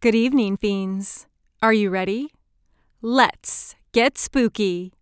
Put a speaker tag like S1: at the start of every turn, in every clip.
S1: Good evening, fiends. Are you ready? Let's get spooky.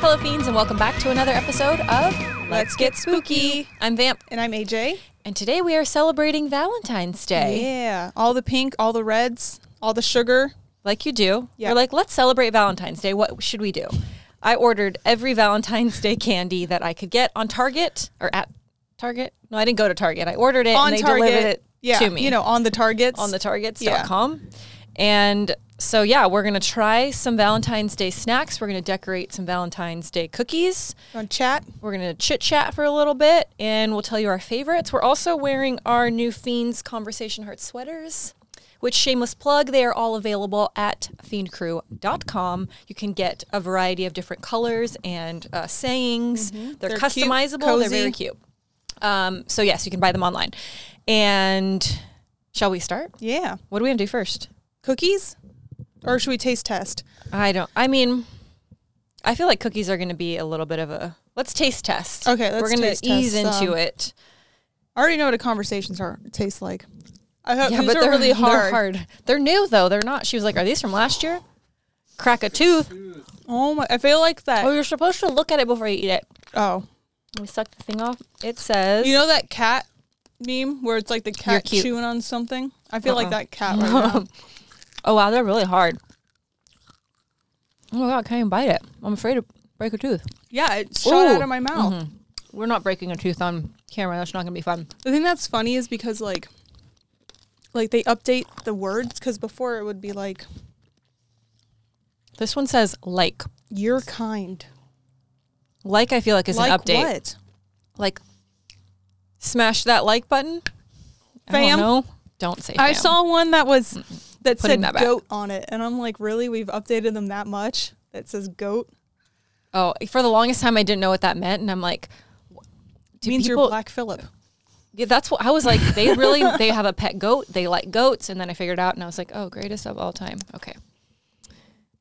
S2: Hello, fiends, and welcome back to another episode of Let's Get Spooky. I'm Vamp,
S3: And I'm AJ.
S2: and today we are celebrating Valentine's Day,
S3: Yeah. All the pink, all the reds, all the sugar.
S2: like you do.
S3: Yeah.
S2: We're like, let's celebrate Valentine's Day. What should we do? I ordered every Valentine's Day candy that I could get on Target or at Target. No, I didn't go to Target. I ordered it
S3: On
S2: and they
S3: Target.
S2: delivered it
S3: yeah.
S2: to me.
S3: You know, on the targets.
S2: on the
S3: Yeah.
S2: targets.com. And so, yeah, we're going to try some Valentine's Day snacks. We're going to decorate some Valentine's Day cookies.
S3: on chat.
S2: We're going to chit chat for a little bit and we'll tell you our favorites. We're also wearing our new Fiends Conversation Heart sweaters, which, shameless plug, they are all available at fiendcrew.com. You can get a variety of different colors and uh, sayings. They're,
S3: Mm-hmm. They're cute,
S2: customizable, they're
S3: cozy.
S2: very cute. Um, so, yes, you can buy them online. And shall we start?
S3: Yeah.
S2: What do we have to do first?
S3: Cookies? Or should we taste test?
S2: I don't, I mean, I feel like cookies are going to be a little bit of a. Let's taste test.
S3: Okay, let's
S2: We're gonna
S3: taste
S2: ease
S3: test
S2: into
S3: some.
S2: it.
S3: I already know what a conversations are taste like. I hope
S2: Yeah,
S3: these
S2: but
S3: are
S2: they're
S3: really
S2: They're
S3: hard.
S2: hard. They're new though. They're not. She was like, "Are these from last year?" Crack a tooth.
S3: Oh my I feel like that.
S2: Oh,
S3: Oh.
S2: you're supposed to look at it before you eat it. We suck the thing off. It says,
S3: You know that cat meme where it's like the cat
S2: cute.
S3: chewing on something? I feel
S2: Uh-uh.
S3: like that cat right now.
S2: "Oh wow, they're really hard." Oh my god, I can't even bite it. I'm afraid to break a tooth.
S3: Yeah, it shot
S2: Ooh. Mm-hmm.
S3: out of my mouth.
S2: We're not breaking a tooth on camera. That's not gonna be fun.
S3: The thing that's funny is because like like they update the words because before it would be like
S2: This one says like.
S3: you're kind.
S2: Like I feel like is an
S3: like
S2: update.
S3: what?
S2: Like smash that like button. I don't
S3: Fam.
S2: know. Don't say.
S3: I
S2: fam.
S3: saw one that was that
S2: Putting
S3: said
S2: that back.
S3: goat on it, and I'm like, really? We've updated them that much? That says goat
S2: Oh, for the longest time I didn't know what that meant, and I'm like, wh- do
S3: means
S2: people?
S3: you're Black Phillip.
S2: Yeah, that's what I was like. They really they have a pet goat. They like goats, and then I figured out, and I was like, oh, greatest of all time. Okay,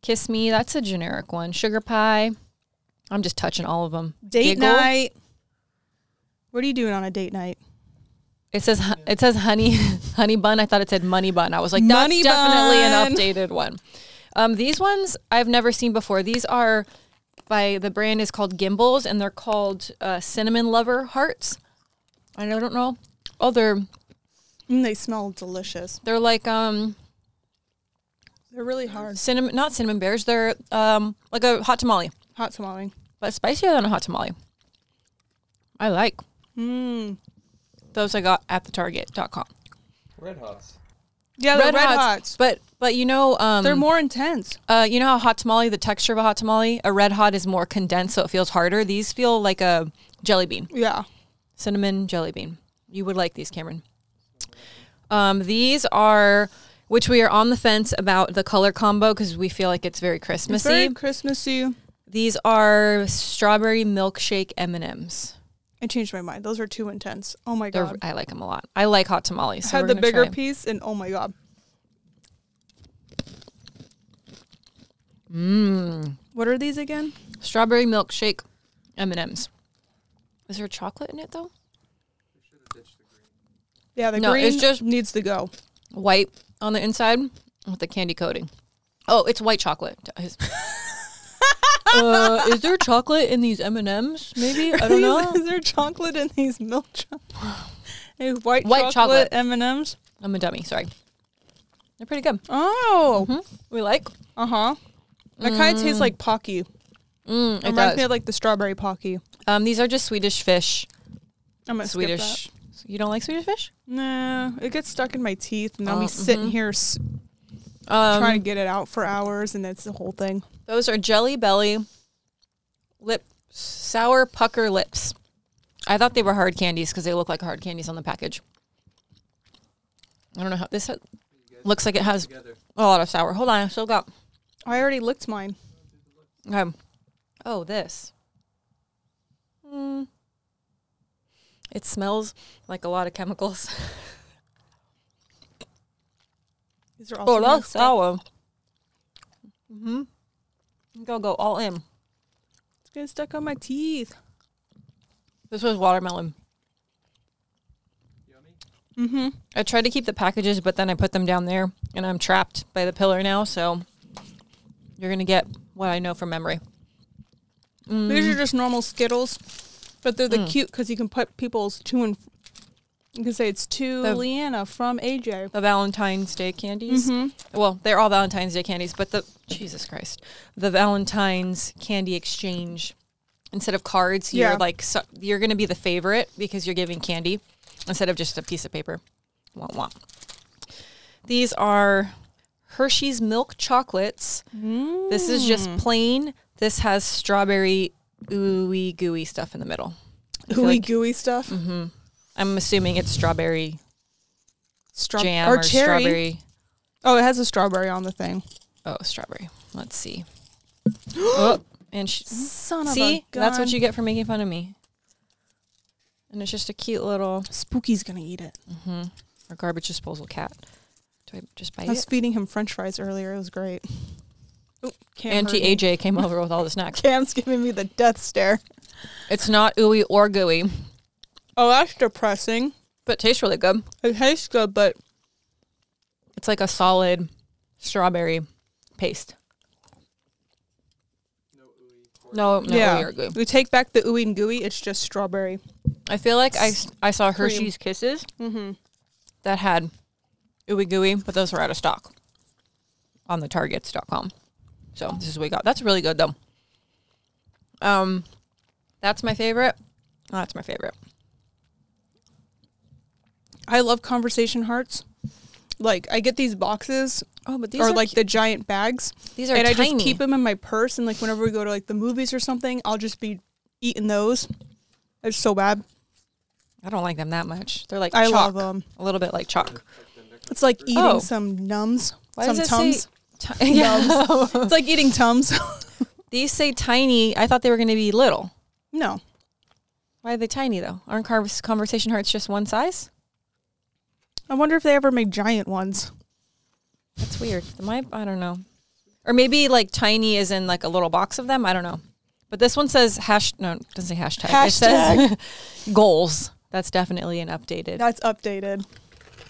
S2: kiss me. That's a generic one. Sugar pie. I'm just touching all of them.
S3: Date
S2: Giggle.
S3: night. What are you doing on a date night?
S2: It says hu- it says honey honey bun. I thought it said money bun. I was like, that's
S3: Money
S2: definitely
S3: bun.
S2: an updated one. Um, these ones I've never seen before. These are by the brand is called Gimbals, and they're called uh, cinnamon lover hearts. I don't I don't know. Oh, they're
S3: Mm, they smell delicious.
S2: they're like um
S3: They're really hard.
S2: cinnamon not cinnamon bears. They're um like a hot tamale,
S3: Hot tamale.
S2: but spicier than a hot tamale. I like
S3: Mm.
S2: those. I got at the Target.com.
S4: Red Hots.
S3: Yeah, they're red, hots.
S2: but but you know um,
S3: They're more intense.
S2: Uh, you know how hot tamale, the texture of a hot tamale, a red hot is more condensed, so it feels harder. These feel like a jelly bean,
S3: Yeah.
S2: cinnamon jelly bean. You would like these, Cameron. Um, these are, which we are on the fence about the color combo because we feel like it's very
S3: It's
S2: Christmassy.
S3: very Christmassy.
S2: these are strawberry milkshake M and M's.
S3: I changed my mind. Those are too intense. Oh my god.
S2: I like them a lot. I like hot tamales. So
S3: had
S2: we're
S3: the
S2: gonna
S3: bigger
S2: try 'em.
S3: piece, and oh my god.
S2: Mm.
S3: What are these again?
S2: strawberry milkshake M and M's. Is there chocolate in it though?
S3: Yeah, the
S2: No,
S3: green
S2: it's just-
S3: needs to go.
S2: white on the inside with the candy coating. Oh, it's white chocolate. uh, is there chocolate in these M and M's? Maybe I don't know.
S3: Is there chocolate in these milk chocolate?
S2: White
S3: white,
S2: chocolate.
S3: chocolate M and M's.
S2: I'm a dummy. Sorry. They're pretty good.
S3: Oh,
S2: We like.
S3: uh huh. That kind of tastes like pocky.
S2: Mm, it
S3: Reminds me
S2: does.
S3: of like the strawberry pocky.
S2: Um, these are just Swedish fish.
S3: I'm gonna Skip
S2: Swedish. You don't like Swedish fish?
S3: that. Nah, it gets stuck in my teeth, and I'll
S2: Oh,
S3: be sitting here s-
S2: Um,
S3: trying to get it out for hours, and that's the whole thing.
S2: Those are Jelly Belly lip sour pucker lips. I thought they were hard candies because they look like hard candies on the package. I don't know how this ha- looks like it has a lot of sour. Hold on, I still got.
S3: I already licked mine.
S2: Okay. Oh, this. Hmm. It smells like a lot of chemicals.
S3: These are all
S2: Oh, that's
S3: mixed up.
S2: sour. Mm-hmm. Go go all in.
S3: It's getting stuck on my teeth.
S2: This was watermelon.
S3: Mm-hmm.
S2: I tried to keep the packages, but then I put them down there, and I'm trapped by the pillar now. So you're gonna get what I know from memory.
S3: These
S2: Mm.
S3: are just normal Skittles, but they're the cute because you can put people's two and you can say it's to
S2: The-
S3: Leanna from AJ.
S2: The Valentine's Day candies.
S3: Mhm.
S2: Well, they're all Valentine's Day candies, but the Jesus Christ, the Valentine's candy exchange. Instead of cards, you're
S3: Yeah.
S2: like so, you're gonna be the favorite because you're giving candy instead of just a piece of paper. Wah, wah. These are Hershey's milk chocolates. This is just
S3: Mm.
S2: plain. This has strawberry ooey gooey stuff in the middle. I feel
S3: Gooey
S2: like- Mm-hmm.
S3: gooey stuff,
S2: I'm assuming it's strawberry
S3: Straw-
S2: jam or,
S3: or, cherry.
S2: strawberry.
S3: Oh, it has a strawberry on the thing.
S2: Oh, strawberry. Let's see. oh, and she,
S3: Son
S2: see, that's what
S3: gun.
S2: you get for making fun of me. And it's just a cute little
S3: Spooky's gonna eat it.
S2: or garbage disposal cat. Do I just bite
S3: I was
S2: it?
S3: feeding him French fries earlier. It was great. Oop, Cam heard
S2: Auntie
S3: me.
S2: AJ came over with all the snacks.
S3: Cam's giving me the death stare.
S2: It's not ooey or gooey,
S3: Oh, that's depressing.
S2: but it tastes really good.
S3: It tastes good, but
S2: It's like a solid strawberry paste. No, no
S3: yeah,
S2: ooey or gooey.
S3: we take back the ooey and gooey. It's just strawberry.
S2: I feel like I, s- I saw Hershey's Kisses
S3: Mm-hmm.
S2: that had ooey gooey, but those were out of stock on the targets.com. So this is what we got. That's really good though. Um, that's my favorite. Oh, That's my favorite.
S3: I love conversation hearts. Like I get these boxes
S2: Oh, but
S3: or like the giant bags,
S2: these are
S3: and I
S2: tiny.
S3: just keep them in my purse. And like whenever we go to like the movies or something, I'll just be eating those. It's so bad.
S2: I don't like them that much. They're like
S3: I
S2: chalk,
S3: love them.
S2: a little bit like chalk.
S3: It's like eating
S2: Oh.
S3: some nums,
S2: Why
S3: some
S2: does it
S3: tums.
S2: say ti- yeah.
S3: It's like eating tums.
S2: These say tiny. I thought they were going to be little.
S3: no,
S2: Why are they tiny though? Aren't convers- conversation hearts just one size?
S3: I wonder if they ever make giant ones.
S2: That's weird. My, I don't know. Or maybe like tiny is in like a little box of them. I don't know. But this one says hash. No, it doesn't say hashtag. It says goals. That's definitely an updated.
S3: That's updated.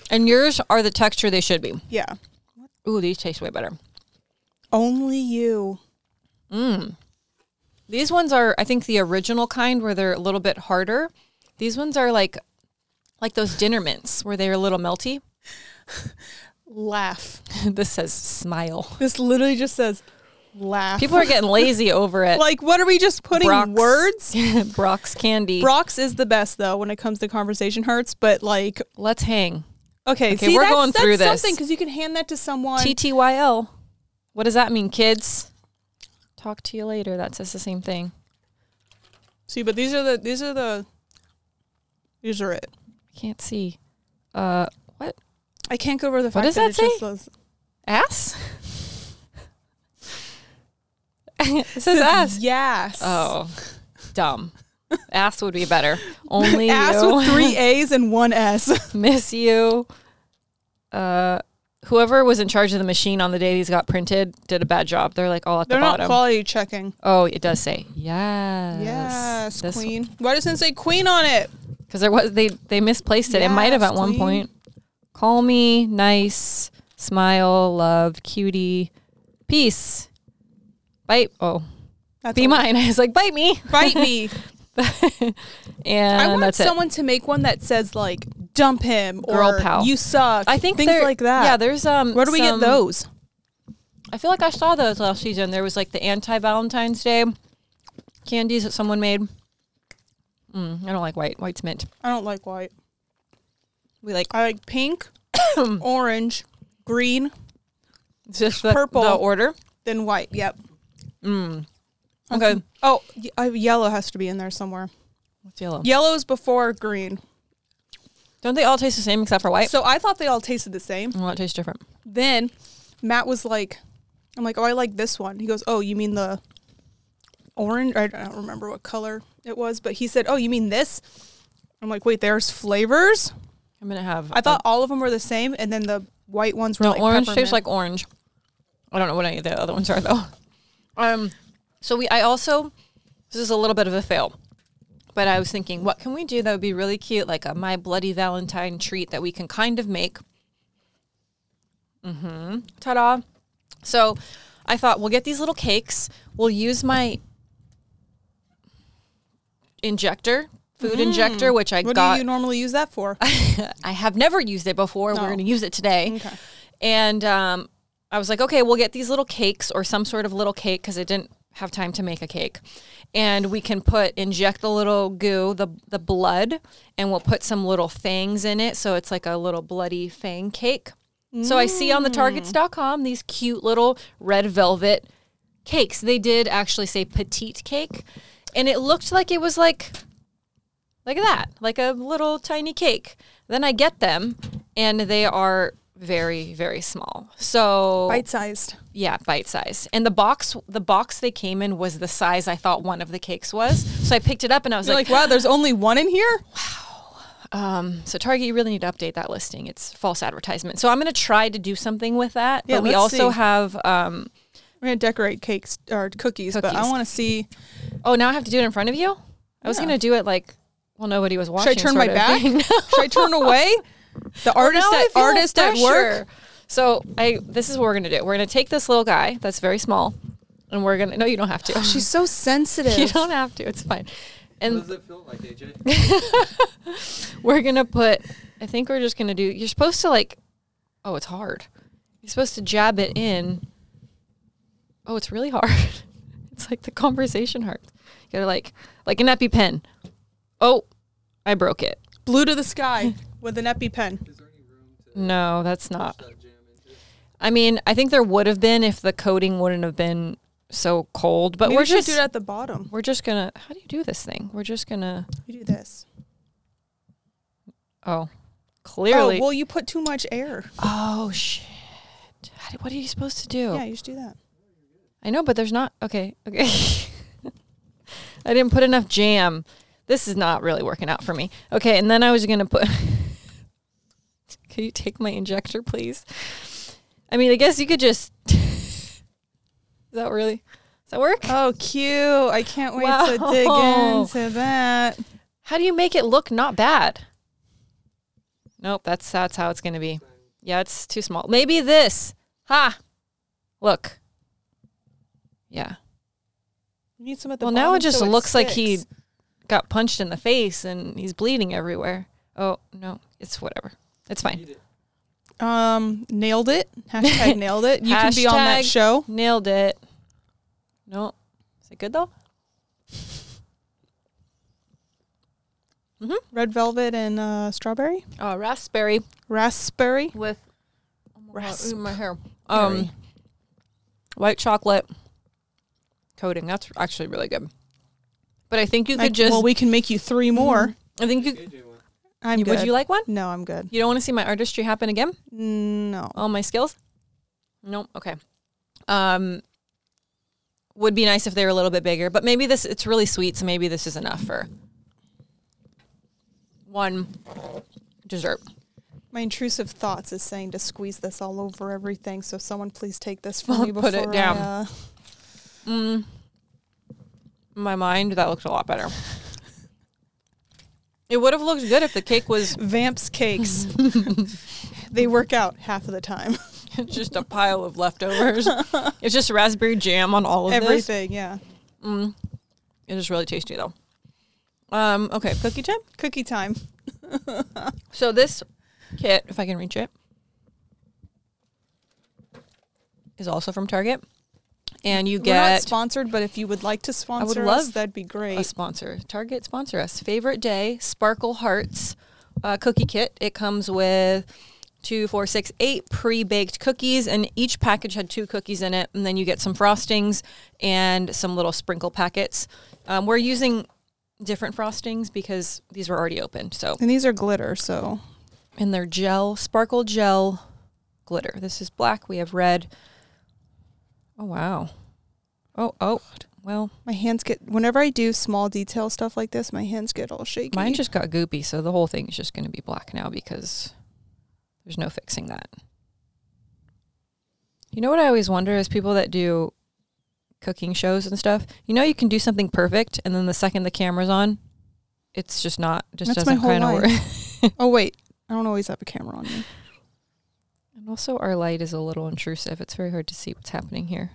S2: And yours are the texture they should be.
S3: Yeah,
S2: Ooh, these taste way better.
S3: only you.
S2: These ones are, I think, the original kind where they're a little bit harder. These ones are like, like those dinner mints where they're a little melty.
S3: Laugh.
S2: this says smile.
S3: This literally just says laugh.
S2: People are getting lazy over it.
S3: like, what are we just putting words?
S2: Brock's candy.
S3: Brock's is the best though when it comes to conversation hearts, but like
S2: Let's hang.
S3: okay,
S2: Okay,
S3: see,
S2: we're
S3: that's,
S2: going through
S3: that's
S2: this.
S3: something because you can hand that to someone.
S2: TTYL. What does that mean, kids? Talk to you later. That says the same thing.
S3: see, but these are the these are the these are it.
S2: Can't see. Uh, what?
S3: I can't go over the fact
S2: does
S3: that,
S2: that
S3: it's just
S2: say?
S3: those-
S2: Ass? it says ass.
S3: Yes.
S2: Oh, dumb. ass would be better. Only
S3: Ass
S2: you.
S3: with three A's and one S.
S2: Miss you. Uh, whoever was in charge of the machine on the day these got printed did a bad job. They're like all at
S3: They're
S2: the
S3: not
S2: bottom.
S3: quality checking.
S2: oh, it does say yes.
S3: Yes,
S2: This
S3: queen. Why doesn't it say queen on it?
S2: because there was they they misplaced it. it might have
S3: Yes,
S2: at one
S3: queen.
S2: point. Call me nice, smile, love, cutie, peace, bite. Oh,
S3: That's
S2: be
S3: all.
S2: mine. I was like bite me,
S3: Bite me.
S2: and
S3: I want
S2: that's it.
S3: someone to make one that says like dump him or
S2: Girl pal.
S3: you suck.
S2: I think
S3: things
S2: there-
S3: like that.
S2: Yeah, there's um.
S3: Where do we
S2: some-
S3: get those?
S2: I feel like I saw those last season. There was like the anti Valentine's Day candies that someone made. Mm, I don't like white. White's mint.
S3: I don't like white.
S2: We like
S3: I like pink, orange, green,
S2: just the,
S3: Purple.
S2: the order.
S3: then white. Yep.
S2: Mm. Okay,
S3: Oh, y- uh, yellow has to be in there somewhere.
S2: what's yellow?
S3: Yellow is before green.
S2: Don't they all taste the same except for white?
S3: So I thought they all tasted the same.
S2: well, it tastes different.
S3: Then Matt was like, I'm like, oh, I like this one. He goes, oh, you mean the orange? I don't remember what color it was, but he said, oh, you mean this? I'm like, wait, there's flavors.
S2: I'm gonna have.
S3: I
S2: a-
S3: thought all of them were the same, and then the white ones were
S2: no
S3: like
S2: orange
S3: peppermint.
S2: tastes like orange. I don't know what any of the other ones are though. Um, so we. I also. This is a little bit of a fail, but I was thinking, what can we do that would be really cute, like a My Bloody Valentine treat that we can kind of make. Mm-hmm. Ta-da! So, I thought we'll get these little cakes. We'll use my injector, food injector, which I
S3: What
S2: got.
S3: do you normally use that for?
S2: I have never used it before. We're
S3: No.
S2: going to use it today.
S3: Okay.
S2: And um, I was like, okay, we'll get these little cakes or some sort of little cake because I didn't have time to make a cake. And we can put, inject the little goo, the, the blood, and we'll put some little fangs in it. So it's like a little bloody fang cake. So I see
S3: Mm.
S2: on the targets.com these cute little red velvet cakes. They did actually say petite cake. And it looked like it was like like that, like a little tiny cake. Then I get them, and they are very, very small. So
S3: Bite sized.
S2: yeah, bite size. And the box, the box they came in was the size I thought one of the cakes was. So I picked it up, and I was
S3: You're
S2: like,
S3: like, wow, there's only one in here.
S2: um, so Target, you really need to update that listing. It's false advertisement. So I'm going to try to do something with that.
S3: Yeah,
S2: but we
S3: let's
S2: also
S3: see.
S2: have. Um,
S3: We're gonna decorate cakes or cookies, but I
S2: Cookies.
S3: want to see.
S2: oh, now I have to do it in front of you. I was going to do it like. Well, nobody was watching.
S3: Should I turn my
S2: sort of
S3: back?
S2: thing.
S3: Should I turn away? The artist
S2: now I
S3: at
S2: feel
S3: artist at work.
S2: pressure. So I this is what we're gonna do. We're gonna take this little guy that's very small, and we're gonna no, you don't have to.
S3: She's so sensitive.
S2: you don't have to. It's fine.
S4: What
S2: And
S4: does it feel like, AJ?
S2: we're gonna put. I think we're just gonna do. You're supposed to like. Oh, it's hard. You're supposed to jab it in. Oh, it's really hard. It's like the conversation heart. You gotta like like an EpiPen. Oh, I broke it.
S3: Blue to the sky with an EpiPen.
S4: Is there any room to
S2: No, that's not.
S4: that jam into?
S2: I mean, I think there would have been if the coating wouldn't have been so cold. But
S3: Maybe
S2: we're
S3: we should
S2: just
S3: do it at the bottom.
S2: we're just gonna. How do you do this thing? We're just gonna.
S3: You do this.
S2: Oh, clearly.
S3: Oh well, you put too much air.
S2: Oh, shit. How do- what are you supposed to do?
S3: Yeah, you should do that.
S2: I know, but there's not. Okay, okay. I didn't put enough jam. This is not really working out for me. Okay, and then I was gonna put. Can you take my injector, please? I mean, I guess you could just. is that really? Does that work?
S3: Oh, cute! I can't wait to
S2: Wow.
S3: dig into that.
S2: How do you make it look not bad? Nope, that's that's how it's gonna be. Yeah, it's too small. Maybe this. Ha. Look. Yeah.
S3: You need some at the
S2: well, now it
S3: bottom
S2: just
S3: so
S2: looks like he
S3: sticks.
S2: got punched in the face and he's bleeding everywhere. Oh no, it's whatever. It's fine.
S3: um nailed it. Hashtag nailed it. You can be on that
S2: Hashtag
S3: show.
S2: Nailed it. No. Is it good though?
S3: Red velvet and uh, oh strawberry,
S2: Oh, raspberry
S3: raspberry.
S2: with
S3: Rasp.
S2: my hair. Um, white chocolate coating. That's actually really good. But I think you could
S3: Like,
S2: just.
S3: well, we can make you three more.
S2: I think you.
S4: AJ one.
S3: I'm
S2: you-
S3: good.
S2: would you like one?
S3: No, I'm good.
S2: You don't want to see my artistry happen again?
S3: No.
S2: All my skills? Nope. Okay. Um, would be nice if they were a little bit bigger, but maybe this it's really sweet, so maybe this is enough for one dessert.
S3: My intrusive thoughts is saying to squeeze this all over everything. So someone please take this from me before
S2: Put it down.
S3: I, uh,
S2: Mm. In my mind, that looked a lot better. It would have looked good if the cake was
S3: Vamps cakes. they work out half of the time.
S2: just a pile of leftovers. It's just raspberry jam on all of this.
S3: Everything, yeah.
S2: Mm. It is really tasty though. Um, okay, cookie time.
S3: Cookie time.
S2: So this kit, if I can reach it, is also from Target, and you
S3: We're not
S2: get
S3: sponsored, but if you would like to sponsor us,
S2: love
S3: that'd be great.
S2: a sponsor. Target sponsor us. Favorite day Sparkle Hearts uh, cookie kit. It comes with two, four, six, eight pre-baked cookies, and each package had two cookies in it. And then you get some frostings and some little sprinkle packets. Um, we're using different frostings because these were already opened. So
S3: and these are glitter, so
S2: and they're gel sparkle gel glitter. This is black. We have red. Oh wow. Oh oh. Well,
S3: My hands get whenever I do small detail stuff like this, my hands get all shaky.
S2: mine just got goopy, so the whole thing is just going to be black now because there's no fixing that. You know what I always wonder is people that do cooking shows and stuff. You know, you can do something perfect, and then the second the camera's on, it's just not just
S3: That's my
S2: doesn't
S3: whole
S2: kind of work.
S3: life. oh wait, I don't always have a camera on me.
S2: And also, our light is a little intrusive. It's very hard to see what's happening here.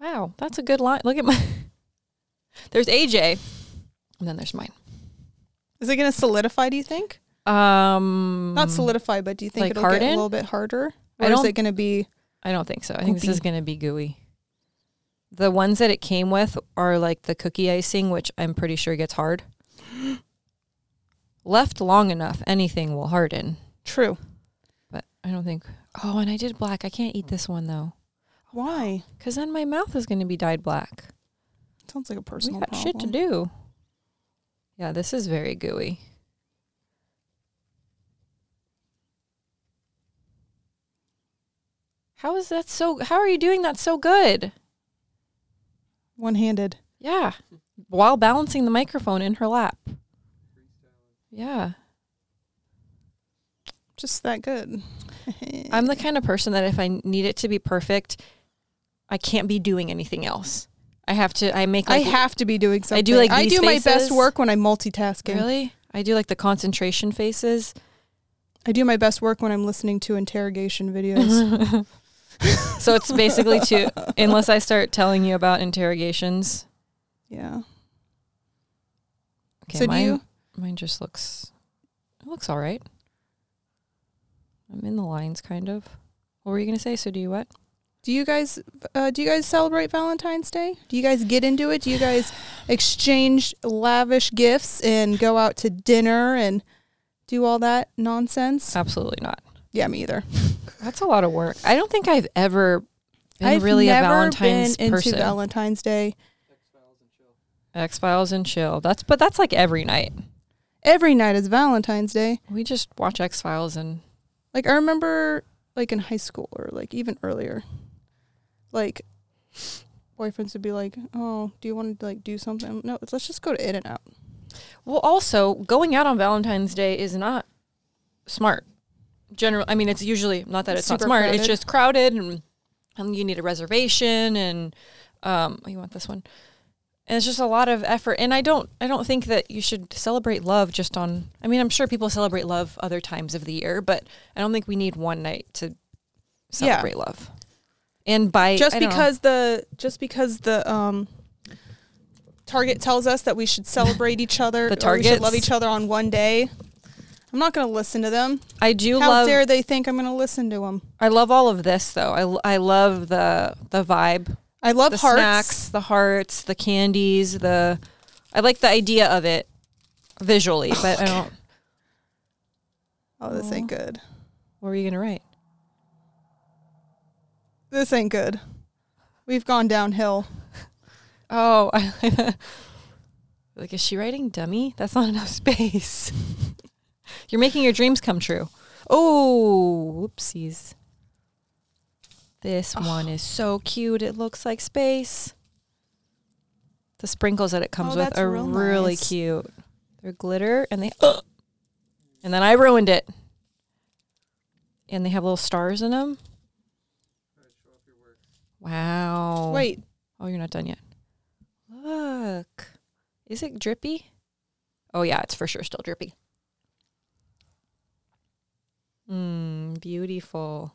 S2: Wow, that's a good line. Look at my. There's AJ, and then there's mine.
S3: Is it gonna solidify? Do you think?
S2: Um,
S3: Not solidify, but do you think
S2: Like
S3: it'll get
S2: harden?
S3: a little bit harder?
S2: I
S3: Or is
S2: don't-
S3: it gonna be?
S2: I don't think so. I think this is going to be gooey. The ones that it came with are like the cookie icing, which I'm pretty sure gets hard. Left long enough, anything will harden.
S3: True.
S2: But I don't think. Oh, and I did black. I can't eat this one though,
S3: Why?
S2: because then my mouth is going to be dyed black.
S3: Sounds like a
S2: We
S3: personal
S2: got shit to
S3: problem.
S2: do. Yeah, this is very gooey. How is that so? How are you doing that so good?
S3: One-handed.
S2: Yeah, while balancing the microphone in her lap. Yeah,
S3: Just that good.
S2: I'm the kind of person that if I need it to be perfect, I can't be doing anything else. I have to. I make.
S3: I
S2: Like,
S3: have to be doing something.
S2: I do like
S3: I
S2: these
S3: do my best
S2: faces.
S3: work when I'm multitasking.
S2: really. I do like the concentration faces.
S3: I do my best work when I'm listening to interrogation videos.
S2: So it's basically to unless I start telling you about interrogations.
S3: yeah.
S2: Okay,
S3: so do
S2: mine,
S3: you?
S2: mine just looks it looks all right. I'm in the lines kind of. What were you gonna say? So do you what?
S3: Do you guys uh, do you guys celebrate Valentine's Day? Do you guys get into it? Do you guys exchange lavish gifts and go out to dinner and do all that nonsense?
S2: Absolutely not.
S3: yeah, me either.
S2: That's a lot of work. I don't think I've ever been
S3: I've
S2: really
S3: never
S2: a Valentine's
S3: been
S2: person.
S3: into Valentine's Day.
S2: X Files and chill. That's but that's like every night.
S3: Every night is Valentine's Day.
S2: We just watch X Files and
S3: Like I remember like in high school or like even earlier. Like boyfriends would be like, "Oh, do you want to like do something?" No, let's just go to In and Out.
S2: well, also going out on Valentine's Day is not smart. General, I mean, it's usually not that it's not
S3: Super
S2: smart. It's
S3: crowded.
S2: just crowded, and, and you need a reservation, and um, oh, you want this one, and it's just a lot of effort. And I don't, I don't think that you should celebrate love just on. I mean, I'm sure people celebrate love other times of the year, but I don't think we need one night to celebrate love. And by
S3: just
S2: I don't know.
S3: because the just because the um target tells us that we should celebrate each other
S2: The
S3: or we should love
S2: targets?
S3: each other on one day i'm not going to listen to them
S2: I do
S3: how
S2: love
S3: dare they think i'm going to listen to them
S2: I love all of this though. I, l- I love the the vibe,
S3: i love
S2: the
S3: hearts
S2: snacks, the hearts, the candies, the I like the idea of it visually, but I don't
S3: oh this ain't good
S2: what were you going to write?
S3: this ain't good we've gone downhill
S2: Oh, I, like is she writing dummy? That's not enough space. You're making your dreams come true. Oh, whoopsies. This one is so cute. It looks like space. The sprinkles that it comes
S3: Oh,
S2: with
S3: that's
S2: are
S3: real
S2: really
S3: nice.
S2: cute. They're glitter and they And then I ruined it. And they have little stars in them. Wow.
S3: wait
S2: Oh, you're not done yet. Look. Is it drippy? Oh, yeah, it's for sure still drippy. Mmm, beautiful.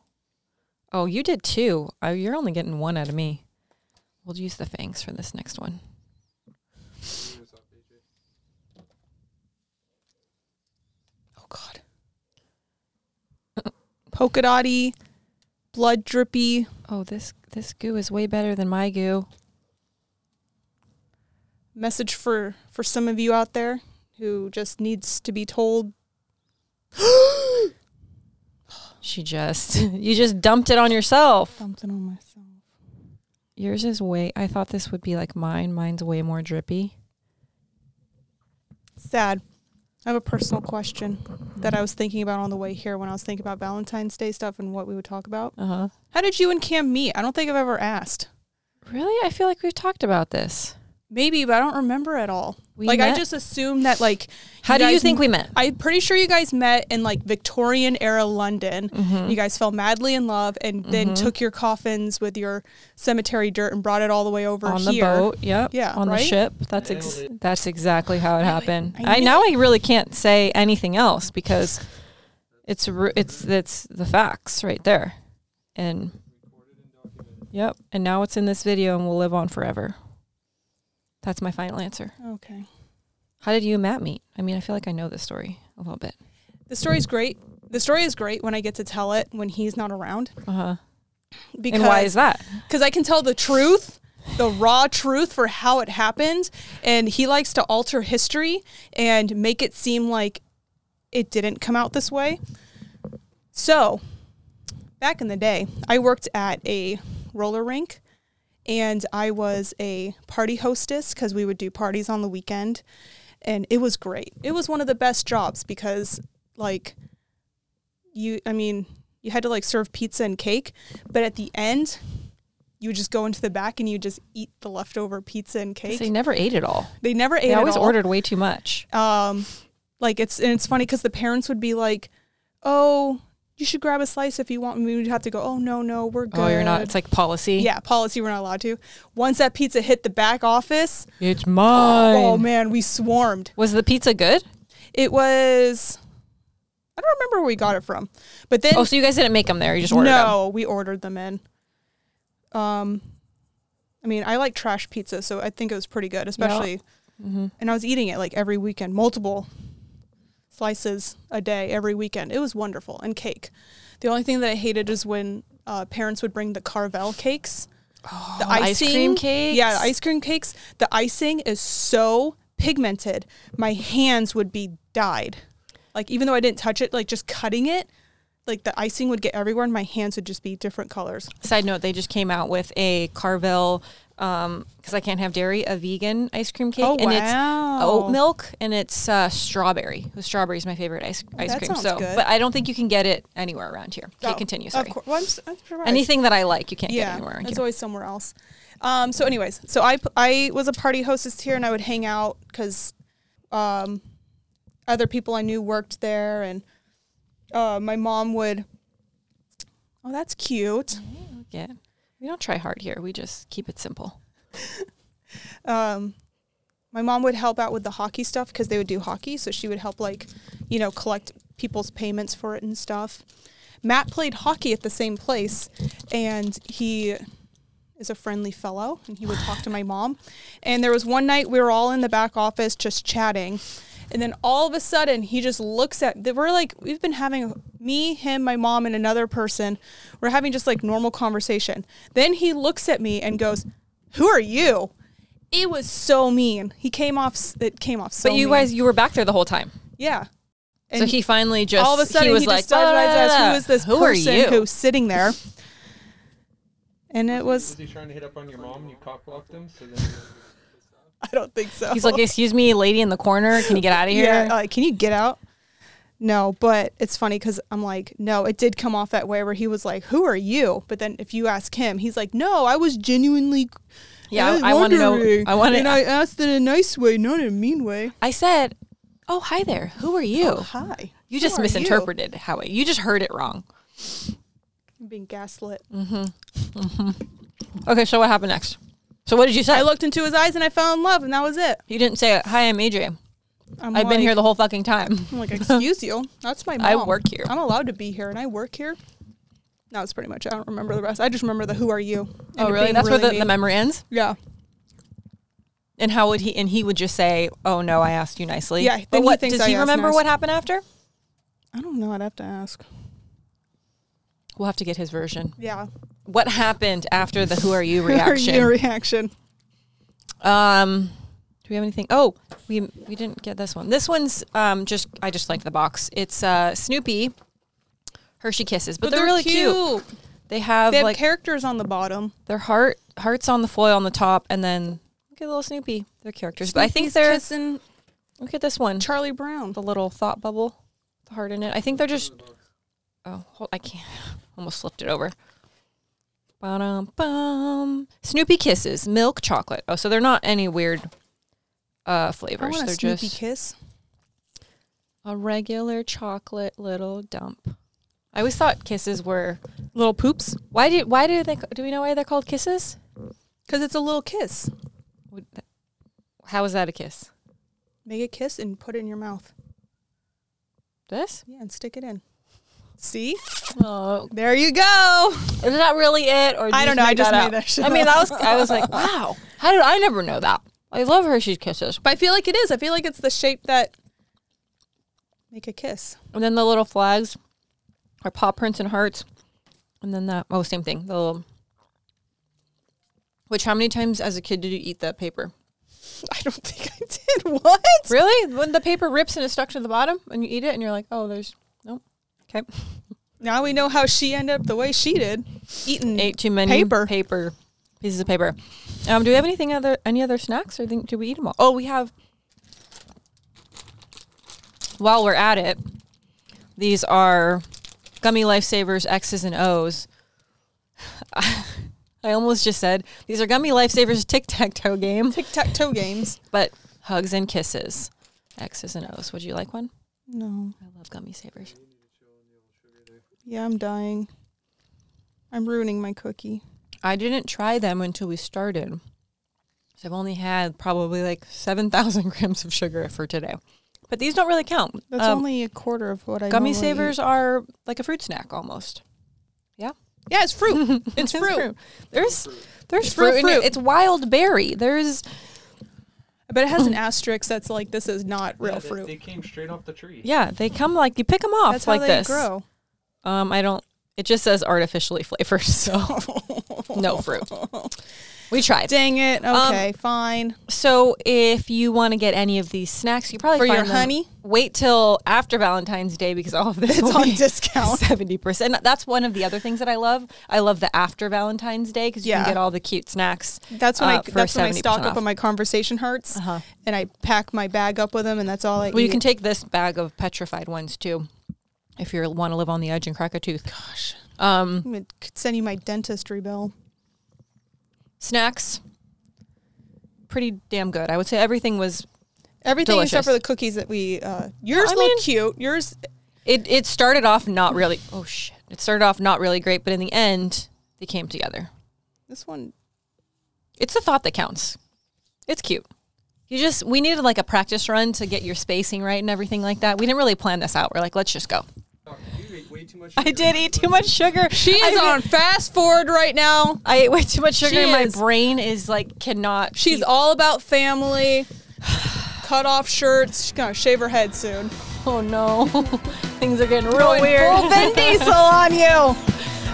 S2: Oh, you did two. Oh, you're only getting one out of me. We'll use the fangs for this next one.
S3: oh god polka dotty blood drippy
S2: Oh, this this goo is way better than my goo.
S3: message for for some of you out there who just needs to be told
S2: She just you just dumped it on yourself.
S3: something on myself
S2: Yours is way I thought this would be like mine. Mine's way more drippy.
S3: Sad. I have a personal question that I was thinking about on the way here when I was thinking about Valentine's Day stuff and what we would talk about.
S2: Uh huh.
S3: How did you and Cam meet? I don't think I've ever asked.
S2: Really? I feel like we've talked about this.
S3: Maybe, but I don't remember at all.
S2: We
S3: like I
S2: met-
S3: just assumed that like
S2: How do you
S3: guys
S2: think we met?
S3: I'm pretty sure you guys met in like Victorian era London.
S2: Mm-hmm.
S3: You guys fell madly in love and then took your coffins with your cemetery dirt and brought it all the way over
S2: on the
S3: here.
S2: boat. Yep.
S3: Yeah,
S2: On the
S3: right?
S2: ship. That's ex-
S4: Nailed
S2: that's exactly how it happened.
S3: I
S2: I,
S3: knew
S2: now I really can't say anything else because it's ru- it's it's the facts right there, and yep. And now it's in this video and will live on forever. That's my final answer.
S3: Okay.
S2: How did you and Matt meet? I mean, I feel like I know this story a little bit.
S3: The story's great. The story is great when I get to tell it when he's not around
S2: Uh huh.
S3: because
S2: And why is that?
S3: because I can tell the truth, the raw truth for how it happened. And he likes to alter history and make it seem like it didn't come out this way. So, back in the day, I worked at a roller rink and I was a party hostess because we would do parties on the weekend. And it was great. It was one of the best jobs because, like, you, I mean, you had to like serve pizza and cake, but at the end, you would just go into the back and you just eat the leftover pizza and
S2: 'Cause
S3: cake.
S2: They never ate it all.
S3: They never ate
S2: They always
S3: it all
S2: ordered way too much.
S3: um like it's and it's funny because the parents would be like oh you should grab a slice if you want and we would have to go oh no no we're good
S2: Oh, you're not. It's like policy.
S3: yeah policy we're not allowed to once that pizza hit the back office
S2: It's mine.
S3: oh man we swarmed
S2: Was the pizza good?
S3: it was i don't remember where we got it from but then
S2: Oh, so you guys didn't make them there. You just ordered them.
S3: no we ordered them in um i mean i like trash pizza so i think it was pretty good especially
S2: Mm-hmm.
S3: and I was eating it like every weekend, multiple slices a day every weekend. It was wonderful and cake. The only thing that I hated is when uh, parents would bring the Carvel cakes, the
S2: Oh, ice cream cakes.
S3: Yeah, the ice cream cakes. The icing is so pigmented. My hands would be dyed. Like even though I didn't touch it, like just cutting it, like the icing would get everywhere, and my hands would just be different colors.
S2: Side note: They just came out with a Carvel, because I can't have dairy, a vegan ice cream cake,
S3: Oh,
S2: and
S3: wow.
S2: it's oat milk and it's uh, strawberry. The strawberry is my favorite ice ice
S3: that
S2: cream.
S3: sounds
S2: So,
S3: good.
S2: but I don't think you can get it anywhere around here. Okay,
S3: Oh,
S2: continue.
S3: Of
S2: Sorry.
S3: course. Well, I'm, s- I'm surprised.
S2: Anything that I like, you can't get anywhere around
S3: it's
S2: here.
S3: always somewhere else. Um, so, anyways, so I I was a party hostess here, and I would hang out because um, other people I knew worked there, and uh, my mom would. Oh, that's cute.
S2: yeah. We don't try hard here. We just keep it simple.
S3: Um, my mom would help out with the hockey stuff because they would do hockey, so she would help like, you know, collect people's payments for it and stuff. Matt played hockey at the same place, and he is a friendly fellow and he would talk to my mom. And there was one night we were all in the back office just chatting. And then all of a sudden he just looks at that we're like we've been having me, him, my mom and another person. We're having just like normal conversation. Then he looks at me and goes, "Who are you?" It was so mean. He came off s- it came off so
S2: but you
S3: mean.
S2: guys, you were back there the whole time.
S3: Yeah.
S2: so he finally just
S3: all of a
S2: he
S3: sudden he,
S2: was like,
S3: just started
S2: "Blah, blah,
S3: to ask,
S2: blah,
S3: who is this
S2: who
S3: person
S2: are you?
S3: who's sitting there? And it
S4: Was
S3: was
S4: he trying to hit up on your mom and you cockblocked him? So then
S3: I don't think so.
S2: He's like, "Excuse me, lady in the corner, can you get out of here?"
S3: Yeah, like, can you get out? No, but it's funny because I'm like, no, it did come off that way where he was like, "Who are you?" But then if you ask him, he's like, "No, I was genuinely."
S2: Yeah,
S3: was
S2: I wanna know-
S3: wondering,
S2: I wanna-
S3: and I asked in a nice way, not in a mean way.
S2: I said, "Oh, hi there. Who are you?"
S3: Hi.
S2: Oh. you
S3: Oh, who
S2: just
S3: are
S2: misinterpreted how it. You just heard it wrong.
S3: I'm being gaslit.
S2: Mm. Okay, so what happened next? So what did you say?
S3: I looked into his eyes and I fell in love, and that was it.
S2: you didn't say, "Hi, I'm AJ.
S3: I'm
S2: I've been
S3: like-
S2: here the whole fucking time."
S3: I'm like, excuse you. That's my mom.
S2: I work here. Oh,
S3: I'm allowed to be here, and I work here. No, it's pretty much. I don't remember the rest. I just remember the "Who are you?" and
S2: oh,
S3: it
S2: really?
S3: being
S2: That's where the, the
S3: mean.
S2: memory ends.
S3: yeah.
S2: And how would he? And he would just say, "Oh no, I asked you nicely."
S3: Yeah, then
S2: But
S3: he
S2: what
S3: thinks
S2: does
S3: I
S2: he
S3: asked
S2: remember?
S3: nice.
S2: What happened after?
S3: I don't know. I'd have to ask.
S2: We'll have to get his version.
S3: Yeah.
S2: What happened after the "Who are you"
S3: Or
S2: reaction?
S3: your reaction.
S2: Um, do we have anything? Oh, we we didn't get this one. This one's um just I just like the box. It's uh Snoopy, Hershey Kisses, but, they're, really cute. They have
S3: They have
S2: like
S3: characters on the bottom.
S2: their heart hearts on the foil on the top, and then look at little Snoopy. Their characters, but I think they're
S3: kissing
S2: Look at this one.
S3: Charlie Brown.
S2: The little thought bubble, the heart in it. I think they're just. Oh, hold, I can't. Almost flipped it over. Bum bum. Snoopy kisses, milk chocolate. Oh, so they're not any weird uh
S3: I
S2: flavors.
S3: want a
S2: They're
S3: Snoopy
S2: just
S3: kiss.
S2: a regular chocolate little dump. I always thought kisses were little poops. Why do why do they do we know why they're called kisses?
S3: Because it's a little kiss.
S2: Would that- How is that a kiss?
S3: Make a kiss and put it in your mouth.
S2: This?
S3: Yeah, and stick it in. See?
S2: Oh,
S3: There you go.
S2: is that really it? Or did
S3: I
S2: you
S3: don't know, I
S2: make
S3: just
S2: that
S3: made
S2: up?
S3: that shit
S2: I mean,
S3: up.
S2: that was I was like, wow. How did I never know that? I love Hershey's kisses.
S3: But I feel like it is. I feel like it's the shape that make a kiss.
S2: And then the little flags are paw prints and hearts. And then that oh same thing. The little which how many times as a kid did you eat that paper?
S3: I don't think I did. What?
S2: Really? When the paper rips and it's stuck to the bottom and you eat it and you're like, oh, there's nope. Okay.
S3: Now we know how she ended up the way she did, eating
S2: Ate too many
S3: Paper.
S2: paper pieces of paper. Um, do we have anything other any other snacks or think do we eat them all? Oh, we have while we're at it, these are gummy lifesavers X's and O's. I almost just said these are gummy lifesavers tic tac toe game,
S3: tic tac toe games.
S2: but hugs and kisses. X's and O's. Would you like one?
S3: No.
S2: I love gummy savers.
S3: Yeah, I'm dying. I'm ruining my cookie.
S2: I didn't try them until we started. So I've only had probably like 7,000 grams of sugar for today. But these don't really count.
S3: That's
S2: Um,
S3: only a quarter of what I
S2: gummy
S3: normally eat.
S2: savers are like a fruit snack almost.
S3: Yeah, it's fruit. It's fruit.
S2: There's there's
S3: It's
S2: fruit,
S3: fruit,
S2: in it.
S3: fruit.
S2: It's wild berry. There's
S3: But it has an asterisk that's like this is not real
S4: Yeah, they-
S3: fruit.
S4: They, came straight off the tree.
S2: yeah, they come like you pick them off
S3: that's how
S2: like
S3: they
S2: this.
S3: grow.
S2: Um I don't it just says artificially flavored, so no fruit. We tried.
S3: Dang it.
S2: Um,
S3: Okay, fine.
S2: So if you want to get any of these snacks, you probably
S3: For
S2: find
S3: your
S2: them-
S3: honey?
S2: Wait till after Valentine's Day because all of this
S3: It's
S2: will
S3: on
S2: be
S3: discount.
S2: seventy percent. That's one of the other things that I love. I love the after Valentine's Day because you
S3: Yeah.
S2: can get all the cute snacks.
S3: That's when
S2: uh,
S3: I
S2: for
S3: that's when I
S2: 70%
S3: stock
S2: off.
S3: up on my conversation hearts
S2: Uh-huh.
S3: and I pack my bag up with them and that's all I
S2: Well, you
S3: eat.
S2: can take this bag of petrified ones too, if you want to live on the edge and crack a tooth. Gosh. Um,
S3: I'm gonna c- send you my dentistry bill.
S2: snacks, pretty damn good. I would say everything was.
S3: Everything except
S2: Delicious.
S3: for the cookies that we uh yours
S2: I
S3: look
S2: mean-
S3: cute. Yours
S2: It it started off not really. Oh shit! It started off not really great, but in the end, they came together.
S3: this one
S2: It's the thought that counts. It's cute. You just we needed like a practice run to get your spacing right and everything like that. We didn't really plan this out. We're like, let's just go.
S4: Doc, you ate way too much.
S2: I did eat too much sugar. She
S3: is on fast forward right now.
S2: I ate way too much sugar
S3: She
S2: and
S3: is-
S2: my brain is like cannot
S3: She's
S2: keep-
S3: all about family. Cut off shirts. She's gonna shave her head soon.
S2: oh no. Things are getting real
S3: Going
S2: weird.
S3: full Vin Diesel on you.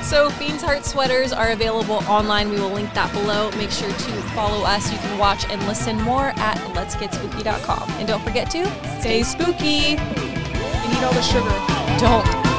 S2: So, Fiends Heart sweaters are available online. We will link that below. Make sure to follow us. You can watch and listen more at letsgetspooky.com. And don't forget to
S3: Stay spooky. You need all the sugar.
S2: don't